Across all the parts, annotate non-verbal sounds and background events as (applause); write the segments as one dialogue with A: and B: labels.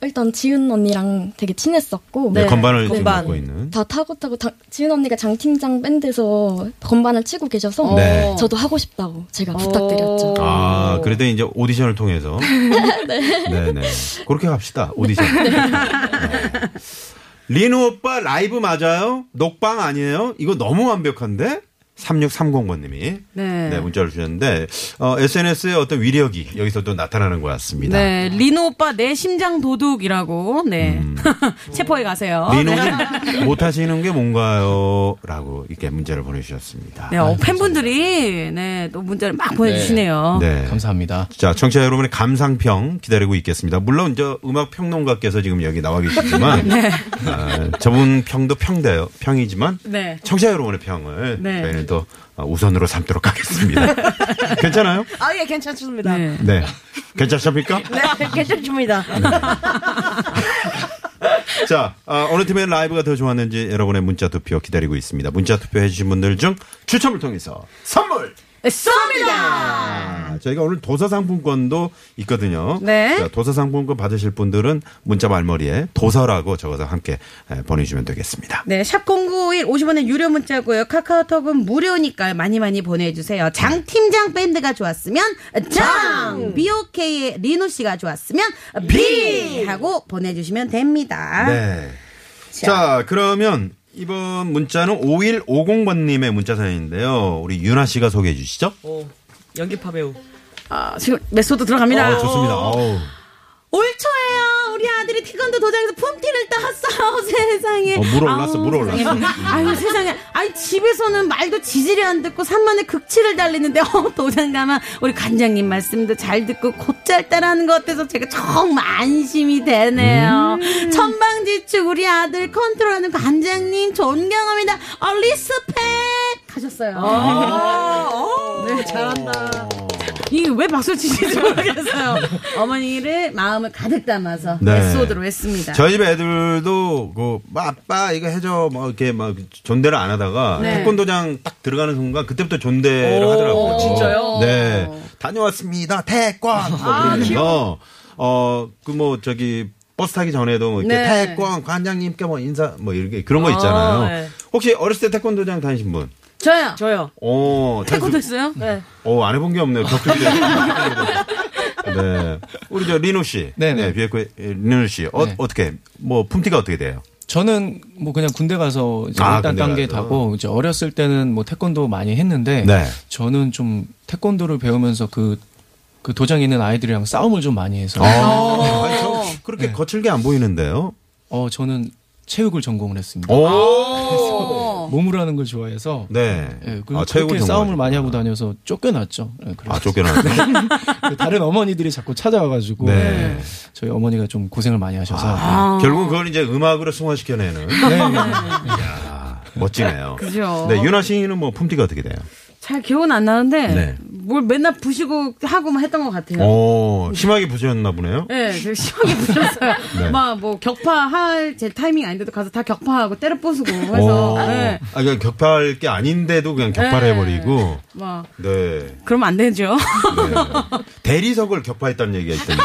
A: 일단 지은 언니랑 되게 친했었고
B: 네, 건반을 지금
C: 건반.
B: 갖고 있는.
A: 다 타고 타고 다- 지은 언니가 장팀장 밴드에서 건반을 치고 계셔서
B: 네.
A: 저도 하고 싶다고 제가 부탁드렸죠.
B: 아, 그래도 이제 오디션을
D: (laughs)
B: 통해서. 네. 네 그렇게 갑시다. 오디션. 네. 리노 오빠 라이브 맞아요? 녹방 아니에요? 이거 너무 완벽한데? 3630번님이
D: 네.
B: 네. 문자를 주셨는데 어, SNS의 어떤 위력이 여기서 또 나타나는 것 같습니다.
D: 네, 리노 오빠 내 심장 도둑이라고. 네. (laughs) 체포해 가세요. 네.
B: 음. 리노님 못하시는 게 뭔가요? 라고 이렇게 문자를 보내주셨습니다.
D: 네, 어, 팬분들이 네, 또 문자를 막 보내 주시네요.
B: 네.
E: 감사합니다
B: 자, 청취자 여러분의 감상평 기다리고 있겠습니다. 물론 저 음악 평론가께서 지금 여기 나와
C: (laughs)
B: 계시지만
C: 네.
B: 아, 저분 평도 평대요. 평이지만
D: 네.
B: 청취자 여러분의 평을
D: 네.
B: 저희는 또 어, 우선으로 삼도록
C: (laughs)
B: 하겠습니다. 괜찮아요?
C: 아, 예, 괜찮습니다. 네,
B: 네. 괜찮습니까? 네.
C: 괜찮습니다.
B: (laughs) 자, 아, 어느 팀의 라이브가 더 좋았는지 여러분의 문자 투표 기다리고 있습니다. 문자 투표 해주신 분들 중 추첨을 통해서 선물!
D: 쏩니다.
B: 아, 저희가 오늘 도서상품권도 있거든요.
D: 네.
B: 자, 도서상품권 받으실 분들은 문자 말머리에 도서라고 적어서 함께 에, 보내주시면 되겠습니다.
D: 네, 샵 0951, 50원의 유료 문자고요. 카카오톡은 무료니까요. 많이 많이 보내주세요. 장 팀장 밴드가 좋았으면 장! BOK의 리노 씨가 좋았으면 B! 하고 보내주시면 됩니다.
B: 네. 자, 그러면 이번 문자는 5150번님의 문자 사연인데요. 우리 윤아 씨가 소개해 주시죠.
C: 어, 연기파 배우.
D: 아, 지금 메소드 들어갑니다.
B: 어, 좋습니다. 어우.
D: 올 초에요. 우리 아들이 태권도 그 도장에서 품티를 땄어 (laughs) 세상에.
B: 어, 물어 올랐어,
D: 아우,
B: 물어 올랐어.
D: 세상에. 아유 세상에. 아니 집에서는 말도 지질이 안 듣고 산만에 극치를 달리는데 (laughs) 어, 도장 가만 우리 관장님 말씀도 잘 듣고 곧잘 따라하는 것 같아서 제가 정말 안심이 되네요.
B: 음.
D: 천방지축 우리 아들 컨트롤하는 관장님 존경합니다. 어, 리스펙 하셨어요.
B: 아.
D: (laughs) 네, 잘한다. 이게 왜 박수 치시는지 모르겠어요. 어머니를 마음을 가득 담아서
B: 네.
D: 에소드로 했습니다.
B: 저희 집 애들도 그 뭐, 아빠 이거 해줘 막 이렇게 막 존대를 안 하다가
D: 네.
B: 태권도장 딱 들어가는 순간 그때부터 존대를 하더라고요.
C: 진짜요?
B: 네 다녀왔습니다 태권. 아, 어그 뭐 저기 버스 타기 전에도 뭐 이렇게
D: 네.
B: 태권 관장님께 뭐 인사 뭐 이렇게 그런 거 있잖아요.
C: 아, 네.
B: 혹시 어렸을 때 태권도장 다니신 분?
D: 저요.
C: 저요.
B: 어
D: 태권도
B: 다니신-
D: 했어요? 네.
B: 어, 안 해본 게 없네요. 격투기. 네. 우리 저 리노 씨.
E: 네네.
B: 비에코의 리노 씨. 어,
E: 네.
B: 어떻게, 뭐, 품티가 어떻게 돼요?
E: 저는 뭐 그냥 군대 가서 이제
B: 아,
E: 일단
B: 군대
E: 단계
B: 가서.
E: 가고 이제 어렸을 때는 뭐 태권도 많이 했는데
B: 네.
E: 저는 좀 태권도를 배우면서 그, 그 도장 있는 아이들이랑 싸움을 좀 많이 해서
B: 아니, 저 그렇게
E: 네.
B: 거칠게 안 보이는데요?
E: 어 저는 체육을 전공을 했습니다.
B: 어? 오!
D: 어.
E: 몸으로 하는 걸 좋아해서
B: 네.
E: 예,
B: 아,
E: 그리고
B: 체육을
E: 그렇게 싸움을
B: 전공하셨구나.
E: 많이 하고 다녀서 쫓겨났죠. 예, 그래서 그
B: 아,
E: (laughs)
B: 쫓겨나네.
E: 다른 어머니들이 자꾸 찾아와가지고
B: 네.
E: 저희 어머니가 좀 고생을 많이 하셔서
B: 아,
E: 아. 네,
B: 결국은 그걸 이제 음악으로 승화시켜내는. 아, 멋지네요.
D: 그죠.
B: 네, 윤아 씨는 뭐 품티가 어떻게 돼요?
D: 잘 기억은 안 나는데
B: 네. 어.
D: 뭘 맨날 부시고 하고만 했던 것 같아요.
B: 오, 심하게 부셨나 보네요.
D: 네, 되게 심하게 부셨어요.
B: (laughs) 네.
D: 막 뭐 격파할 제 타이밍 아닌데도 가서 다 격파하고 때려 부수고
B: 오.
D: 해서 네,
B: 아, 그냥 격파할 게 아닌데도 그냥 격파해버리고.
D: 막
B: 네.
D: 뭐 그러면 안 되죠. (laughs)
B: 네. 대리석을 격파했다는 얘기가 있던데.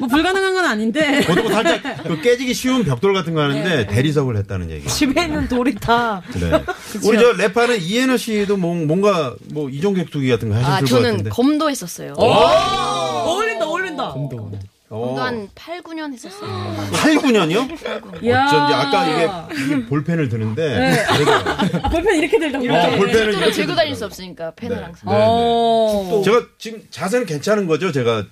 D: 뭐 불가능한 건 아닌데
B: 보통 살짝 그 깨지기 쉬운 벽돌 같은 거 하는데 대리석을 했다는 얘기.
C: 집에 있는 돌이다.
D: (laughs)
B: 네.
D: 그렇죠.
B: 우리 저 래파는 이해나 씨도 뭔- 뭔가 뭐 이종격투기 같은 거
F: 아,
B: 하셨을 것
F: 저는
B: 같은데.
F: 검도 했었어요.
C: 어울린다, 어울린다.
E: 네.
F: 검도 한 8, 9년 했었어요.
B: 8, 9년이요? 어쩐지
D: 이야.
B: 아까 이게, 이게 볼펜을 드는데 다르더라고요.
D: 볼펜 이렇게 들다
B: 아,
D: 보니까 그러니까.
B: 볼펜을
F: 실제로
B: 이렇게
F: 들고 다닐 수
B: 들더라고요.
F: 없으니까 펜을 항상.
B: 네, 네,
D: 어.
B: 네. 제가 지금 자세는 괜찮은 거죠? 제가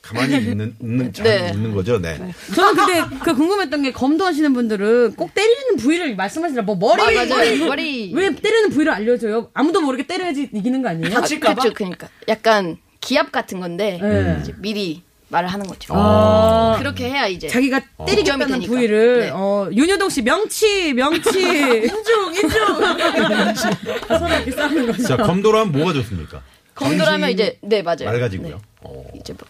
B: 가만히 있는, 있는 잘
F: 네.
B: 있는 거죠? 네.
D: 저는 근데 그 궁금했던 게 검도 하시는 분들은 꼭 때리는 부위를 말씀하시라 뭐 머리
F: 아, 맞아요.
D: 머리
F: 머리.
D: 왜 때리는 부위를 알려줘요? 아무도 모르게 때려야지 이기는 거 아니에요?
F: 아, 그쵸, 그니까. 약간 기합 같은 건데,
D: 네.
F: 이제 미리 말을 하는 거죠.
D: 아.
F: 그렇게 해야 이제.
D: 자기가
B: 어.
D: 때리겠다는
F: 되니까.
D: 부위를
F: 네.
D: 어, 윤여동 씨 명치 명치 (laughs) 인중 인중 (laughs) 서로 이렇게 싸우는 거죠.
B: 자, 검도로 하면 뭐가 좋습니까?
F: 검도라면 이제, 네, 맞아요.
B: 맑아지고요.
F: 네.
B: 어.
F: 이제 뭐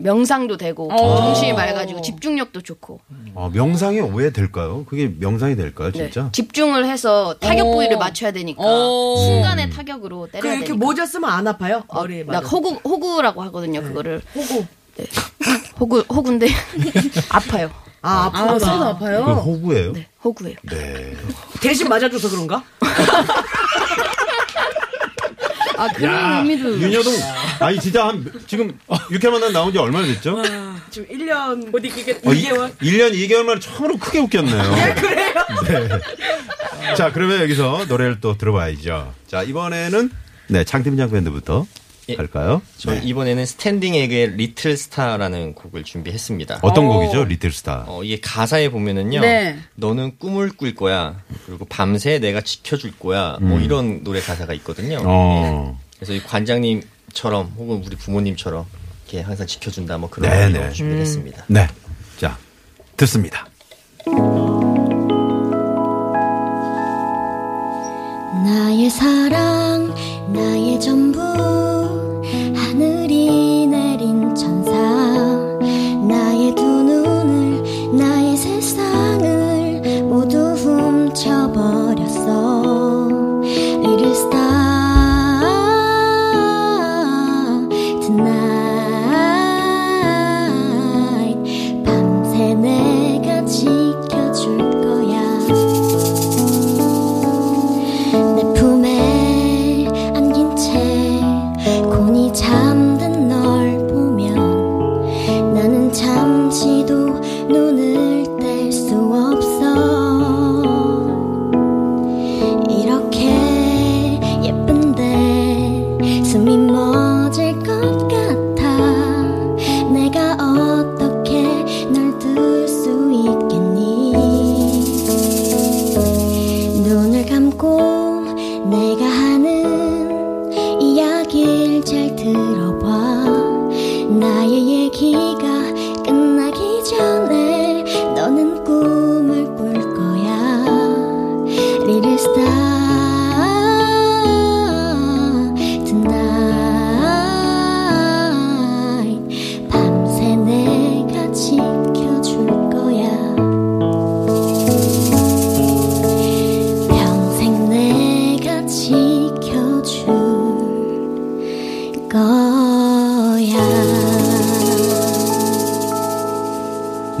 F: 명상도 되고,
D: 어.
F: 정신이 맑아지고, 집중력도 좋고.
B: 아, 명상이 왜 될까요? 그게 명상이 될까요,
F: 네.
B: 진짜?
F: 집중을 해서 타격 부위를
D: 어.
F: 맞춰야 되니까 순간의 타격으로
D: 그러니까
C: 그
D: 네,
F: 때려야
C: 이렇게
F: 되니까.
C: 모자 쓰면 안 아파요?
F: 어,
C: 머리에
F: 나
C: 맞아.
F: 호구 호구라고 하거든요. 그거를 호구. 네. 호구 호구인데 (laughs) 아파요.
C: 아, 아파.
D: 아, 서로
B: 그
D: 아파요.
B: 호구예요?
F: 네, 호구예요.
B: 네.
C: 대신 맞아줘서 그런가?
F: 아 그런 의미도
B: 윤여동 아니 진짜 한 지금 육회 만난 나온 지 얼마나 됐죠?
C: 지금 1년. 못 이기겠다.
B: 어, 이- 1년 어, 2개월 만에 처음으로 크게 웃겼네요. 그래요? 네. 자, 그러면 여기서 노래를 또 들어봐야죠. 자, 이번에는 네, 장팀장 밴드부터
G: 예.
B: 갈까요?
G: 저
B: 네.
G: 이번에는 스탠딩 에그의 리틀 스타라는 곡을 준비했습니다.
B: 어떤 곡이죠? 리틀스타.
G: 어, 이게 가사에 보면은요.
D: 네.
G: 너는 꿈을 꿀 거야. 그리고 밤새 내가 지켜줄 거야. 뭐 이런 노래 가사가 있거든요.
B: 음. 어.
G: 그래서 이 관장님처럼 혹은 우리 부모님처럼 이렇게 항상 지켜준다. 뭐 그런
B: 네네.
G: 의미로
D: 음.
G: 준비했습니다.
B: 네. 자, 듣습니다.
H: 나의 사랑, 나의 전부, 하늘이 내린 천사, 나의 두 눈을, 나의 세상을 모두 훔쳐버렸어. Little star, tonight. 밤새 내가 지켜줄 거야. 내 품에 안긴 채 곤히 잠든 널 보면 나는 잠시도 눈을 뗄 수 없어 이렇게 예쁜데 숨이 멎을 것 같아 내가 어떻게 널 둘 수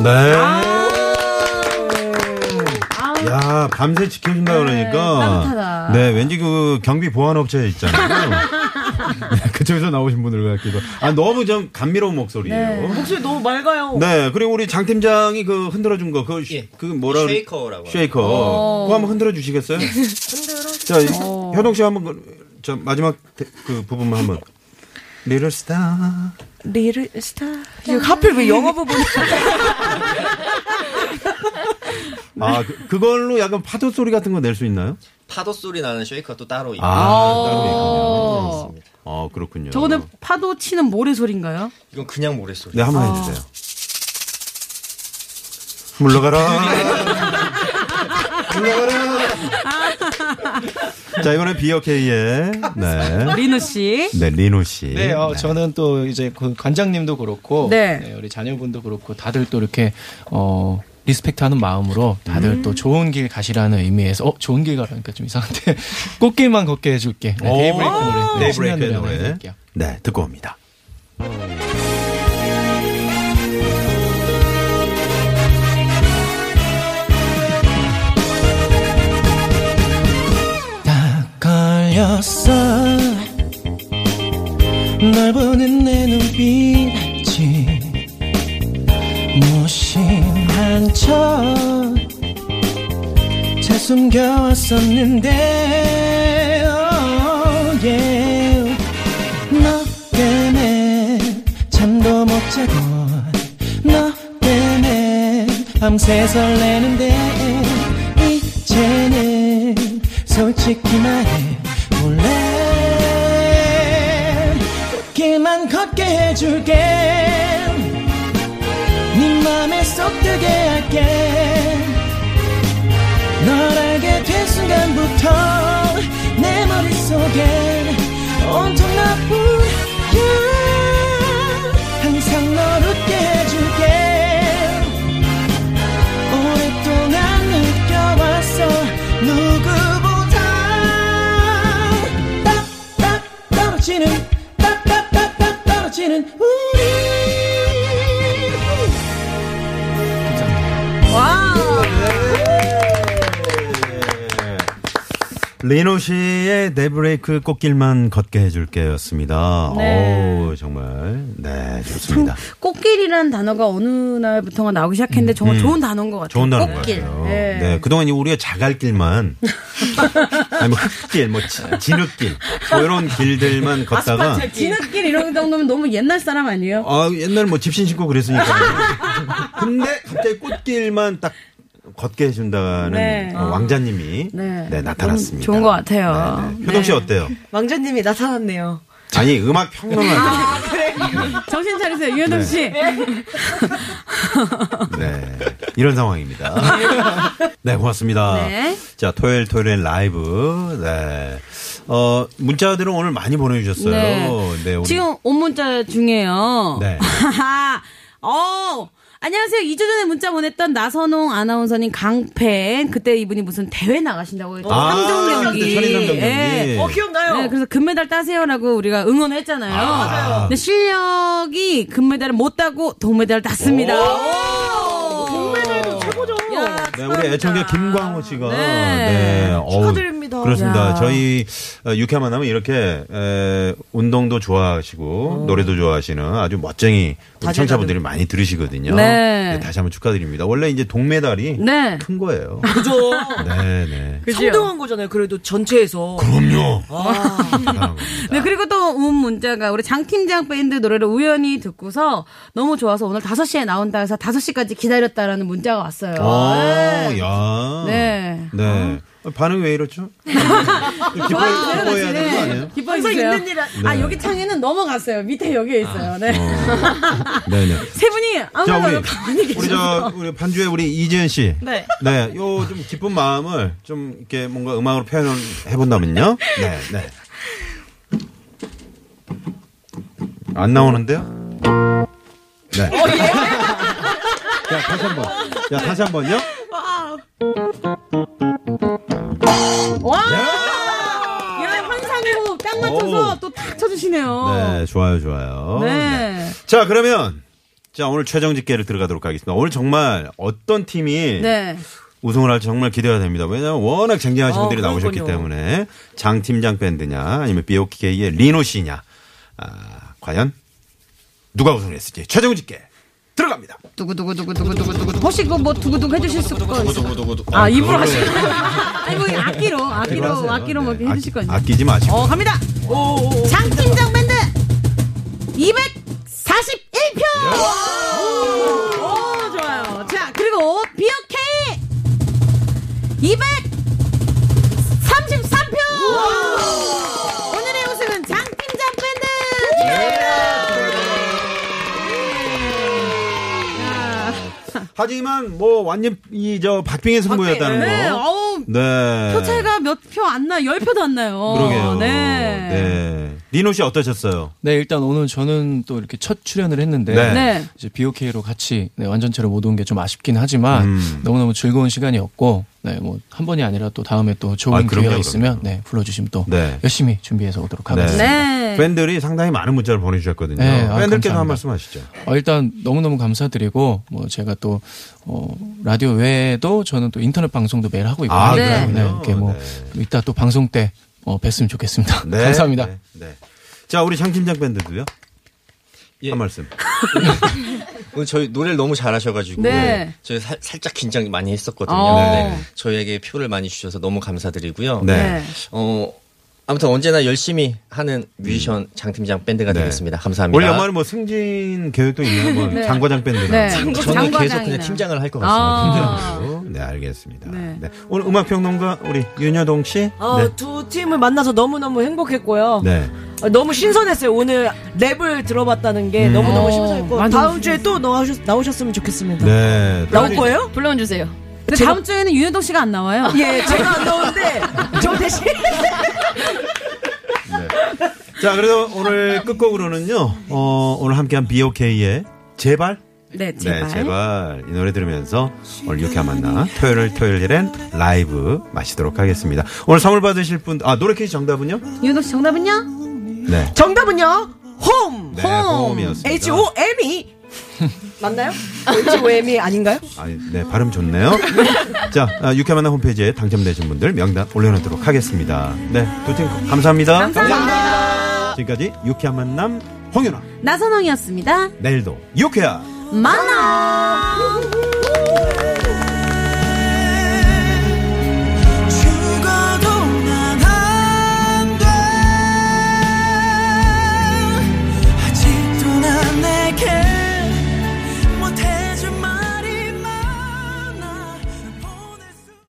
B: 네. 야, 밤새 지켜준다 그러니까.
D: 따뜻하다.
B: 네, 왠지 그 경비 보안업체 있잖아요. 네, 그쪽에서 나오신 분들 같기도. 아, 너무 좀 감미로운 목소리예요.
C: 목소리 너무 맑아요.
B: 네, 그리고 우리 장 팀장이 그 흔들어준 거, 그, 예. 그 뭐라 그래?
G: 쉐이커라고 하죠.
B: 쉐이커. 그거 한번 흔들어 (laughs) 주시겠어요? 자, 이- 현옥 씨 한번 그, 저 마지막 대- 그 부분만 한번. 리틀 스타.
C: 리를 스타. 이거 하필 왜 영어 부분?
B: 아, 그, 그걸로 약간 파도 소리 같은 거 낼 수 있나요?
G: 파도 소리 나는 쉐이커 또 따로 있고.
B: 아, 따로 있군요.
D: 어.
B: 아, 그렇군요.
D: 저거는 파도 치는 모래 소리인가요?
G: 이건 그냥 모래소리.
B: 네, 한번 해주세요. 물러가라. 물러가라. 자, 이번엔 비어케이의, 네.
D: 리노 씨.
B: 네, 리노 씨.
E: 네, 어, 저는 또 이제 그 관장님도 그렇고,
D: 네.
E: 네, 우리 자녀분도 그렇고, 다들 또 이렇게, 어, 리스펙트하는 마음으로 다들 또 좋은 길 가시라는 의미에서 어 좋은 길 가라니까 좀 이상한데 꽃길만 걷게 해줄게 네, 데이브레이크 노래 네, 신나는
B: 데이브레이크의
E: 노래
B: 노래.
E: 해드릴게요.
B: 네, 듣고 옵니다.
E: 딱 걸렸어 널 보는 내 눈빛이 무심한 척잘 숨겨왔었는데 oh, yeah. 너 때문에 잠도 못 자고 너 때문에 밤새 설레는데 이제는 솔직히 말해 몰래 꽃길만 걷게 해줄게 네 맘에 쏙 들게 할게 널 알게 된 순간부터 내 머릿속엔 온통 나뿐이야 항상 널 웃게 해줄게 오랫동안 느껴왔어 누구보다 딱딱 떨어지는 딱딱딱딱 떨어지는 우리
B: 리노 씨의 데브레이크 꽃길만 걷게 해줄게였습니다. 오, 정말. 네, 좋습니다.
D: 꽃길이라는 단어가 어느 날부터가 나오기 시작했는데 정말 좋은 단어인 것
B: 음.
D: 같아요.
B: 좋은 단어인 것
D: 꽃길.
B: 같아요.
D: 예.
B: 네. 그동안 우리가
D: (laughs)
B: 자갈길만 아니 뭐 흙길, 뭐 지- 진흙길 뭐 이런 길들만 걷다가
D: 예. 진흙길 이런 정도면 너무 옛날 사람 아니에요?
B: 아 옛날 뭐 집신 신고 그랬으니까.
D: (laughs)
B: 근데 갑자기 꽃길만 딱 걷게 해준다는
D: 네.
B: 어, 왕자님이
D: 네.
B: 네, 나타났습니다.
D: 좋은 것 같아요.
B: 네, 네. 효동 씨 어때요?
C: 왕자님이 나타났네요.
B: 아니 음악
D: (laughs)
B: 평론가.
D: 정신 차리세요, 유현동 씨.
B: 네. 이런 상황입니다. 네, 고맙습니다.
D: 네.
B: 자, 토요일 토요일 라이브. 네. 어, 문자들은 오늘 많이 보내주셨어요. 오늘.
D: 네. 지금 온 문자 중에요.
B: 네.
D: 어. 안녕하세요. 2주 전에 문자 보냈던 나선홍 아나운서님 강팬. 그때 이분이 무슨 대회 나가신다고 했죠.
B: 아,
D: 어, 삼종
B: 그때
D: 경기.
B: 삼종 경기.
D: 예.
C: 어 기억나요?
D: 네, 그래서 금메달 따세요라고 우리가 응원했잖아요.
B: 맞아요.
D: 근데 실력이 금메달을 못 따고 동메달을 땄습니다. 동메달도 최고죠.
B: 네, 우리 애청자 김광호 씨가
D: 네.
B: 어우,
C: 축하드립니다.
B: 그렇습니다.
D: 야.
B: 저희 어, 유쾌한 만남은 이렇게 에, 운동도
D: 어.
B: 좋아하시고 노래도 좋아하시는 아주 멋쟁이 우리 청자분들이 많이 들으시거든요.
D: 네.
B: 다시 한번 축하드립니다. 원래 이제 동메달이
D: 네.
B: 큰 거예요.
C: 그죠.
B: 네, 네.
C: 상등한 거잖아요. 그래도 전체에서.
D: 어.
B: 그럼요.
C: 아,
B: 대단한 겁니다.
D: 네, 그리고 또 운 문자가 우리 장팀장 밴드 노래를 우연히 듣고서 너무 좋아서 오늘 5시에 나온다 해서 5시까지 기다렸다라는 문자가 왔어요.
B: 아. 오, 야.
D: 네.
B: 네. 반응 왜
D: (laughs)
B: 이렇죠? 기뻐- 기뻐해야 되는 거 아니에요?
D: 기뻐해서 있는 일,
B: 네.
D: 아, 여기 창에는 넘어갔어요. 밑에 여기에 있어요. 네.
B: 네네.
D: 세 분이 아무
B: 아, 자,
D: 말도
B: 우리,
D: 없이 가만히 계셔서.
B: 우리 저, 우리 반주에 우리 이지은 씨.
C: 네.
B: 네. 요 좀 기쁜 마음을 좀 이렇게 뭔가 음악으로 표현을 해본다면요. 네, 네. 안 나오는데요? 네.
D: 어, 예.
B: 야, 다시 한 번. 야, 다시 한 번요?
D: 와!
B: 야!
D: 야, 환상으로 딱 맞춰서
B: 오.
D: 또 탁 어. 쳐주시네요.
B: 네, 좋아요, 좋아요.
D: 네.
B: 자, 그러면 자, 오늘 최종 집계를 들어가도록 하겠습니다. 오늘 정말 어떤 팀이
D: 네.
B: 우승을 할지 정말 기대가 됩니다. 왜냐하면 워낙 쟁쟁하신
C: 어,
B: 분들이 나오셨기
C: 그러니까요.
B: 때문에 장 팀장 밴드냐 아니면 BOK의 리노 씨냐 아, 과연 누가 우승을 했을지 최종 집계 들어갑니다.
D: 두구두구두구두구두구두구. 혹시 그거 뭐 두구두구 해주실 수 있어요?
B: 아,
D: 아, 입으로
B: 그거를- 네,
D: 하시는 거예요? 아니, 뭐 악기로,
B: 그거
D: 악기로,
B: 하세요.
D: 악기로 뭐
B: 네,
D: 이렇게 해주실
B: 아끼-
D: 거아요
B: 아끼지 마시고.
D: 어, 갑니다! 장팀장 밴드! 241표! 오, 좋아요. 자, 그리고 BOK! 233표! 오늘의 우승은 장팀장 밴드!
B: 하지만 뭐 완전 이 저 박빙의 승부였다는
D: 네,
B: 거.
D: 어우,
B: 네.
D: 표 차이가 몇 표 안 나요? 열 표도 안 나요.
B: 그러게요.
D: 어, 네.
B: 네. 리노 씨 어떠셨어요?
E: 네, 일단 오늘 저는 또 이렇게 첫 출연을 했는데
B: 네.
D: 네.
E: 이제 BOK로 같이 네, 완전체로 못 온 게 좀 아쉽긴 하지만
B: 음.
E: 너무너무 즐거운 시간이었고 네, 뭐 한 번이 아니라 또 다음에 또 좋은
B: 아, 그럼요,
E: 기회가 있으면
B: 그럼요.
E: 네, 불러주시면 또
B: 네.
E: 열심히 준비해서 오도록 하겠습니다.
D: 네.
B: 팬들이 상당히 많은 문자를 보내주셨거든요.
E: 네, 아,
B: 팬들께서
E: 감사합니다.
B: 한 말씀 하시죠.
E: 어, 일단 너무너무 감사드리고 뭐 제가 또 어, 라디오 외에도 저는 또 인터넷 방송도 매일 하고 있고
B: 아,
E: 하니까요.
B: 그래요?
E: 이렇게 뭐
B: 네.
E: 이따 또 방송 때 어, 뵀으면 좋겠습니다.
B: 네.
E: (laughs) 감사합니다.
B: 네. 네. 자, 우리 장팀장 밴드도요.
G: 예.
B: 한 말씀.
G: 오늘 저희 노래를 너무 잘하셔가지고
D: 네.
G: 저희 살, 살짝 긴장 많이 했었거든요.
D: 어.
G: 근데 저희에게 표를 많이 주셔서 너무 감사드리고요.
B: 네.
G: 어 아무튼 언제나 열심히 하는 뮤지션 장 팀장 밴드가
B: 음. 네.
G: 되겠습니다. 감사합니다.
B: 올 연말에 뭐 승진 계획도 있나요? 뭐 장과장 밴드나.
D: 네.
G: 저는 계속
D: 장과장이나.
G: 그냥 팀장을 할 것 같습니다.
D: 아.
B: 네, 알겠습니다.
D: 네.
B: 네. 오늘 음악평론가 우리 윤여동 씨.
C: 어, 두 팀을 만나서 너무너무 행복했고요.
B: 네.
C: 어, 너무 신선했어요. 오늘 랩을 음. 들어봤다는 게 너무너무 신선했고 다음 주에 또 나오셨, 나오셨으면 좋겠습니다.
B: 네. 네.
C: 나올 거예요?
F: 불러만 주세요.
D: 근데 다음 주에는 윤효동 씨가 안 나와요.
C: 예, 제가 안 (laughs) 나오는데 저 대신
B: 자, 그래서 오늘 끝곡으로는요. 어, 오늘 함께한 BOK의 제발
D: 네,
B: 네, 제발 이 노래 들으면서 오늘 유쾌한 만나 토요일 토요일엔 라이브 마시도록 하겠습니다. 오늘 선물 받으실 분, 아 노래 퀴즈 정답은요?
D: 윤효동 씨 정답은요?
B: 네,
C: 정답은요. 홈.
B: 네, 홈이었습니다.
C: H O M E 맞나요? H O M E 아닌가요?
B: 아니, 네 발음 (laughs) 좋네요. 자, 아, 유쾌한 만나 홈페이지에 당첨되신 분들 명단 올려놓도록 하겠습니다. 네, 두 팀 감사합니다. 감사합니다. 지금까지 유쾌한 만남 홍윤아,
D: 나선홍이었습니다.
B: 내일도 유쾌한.
D: 만나!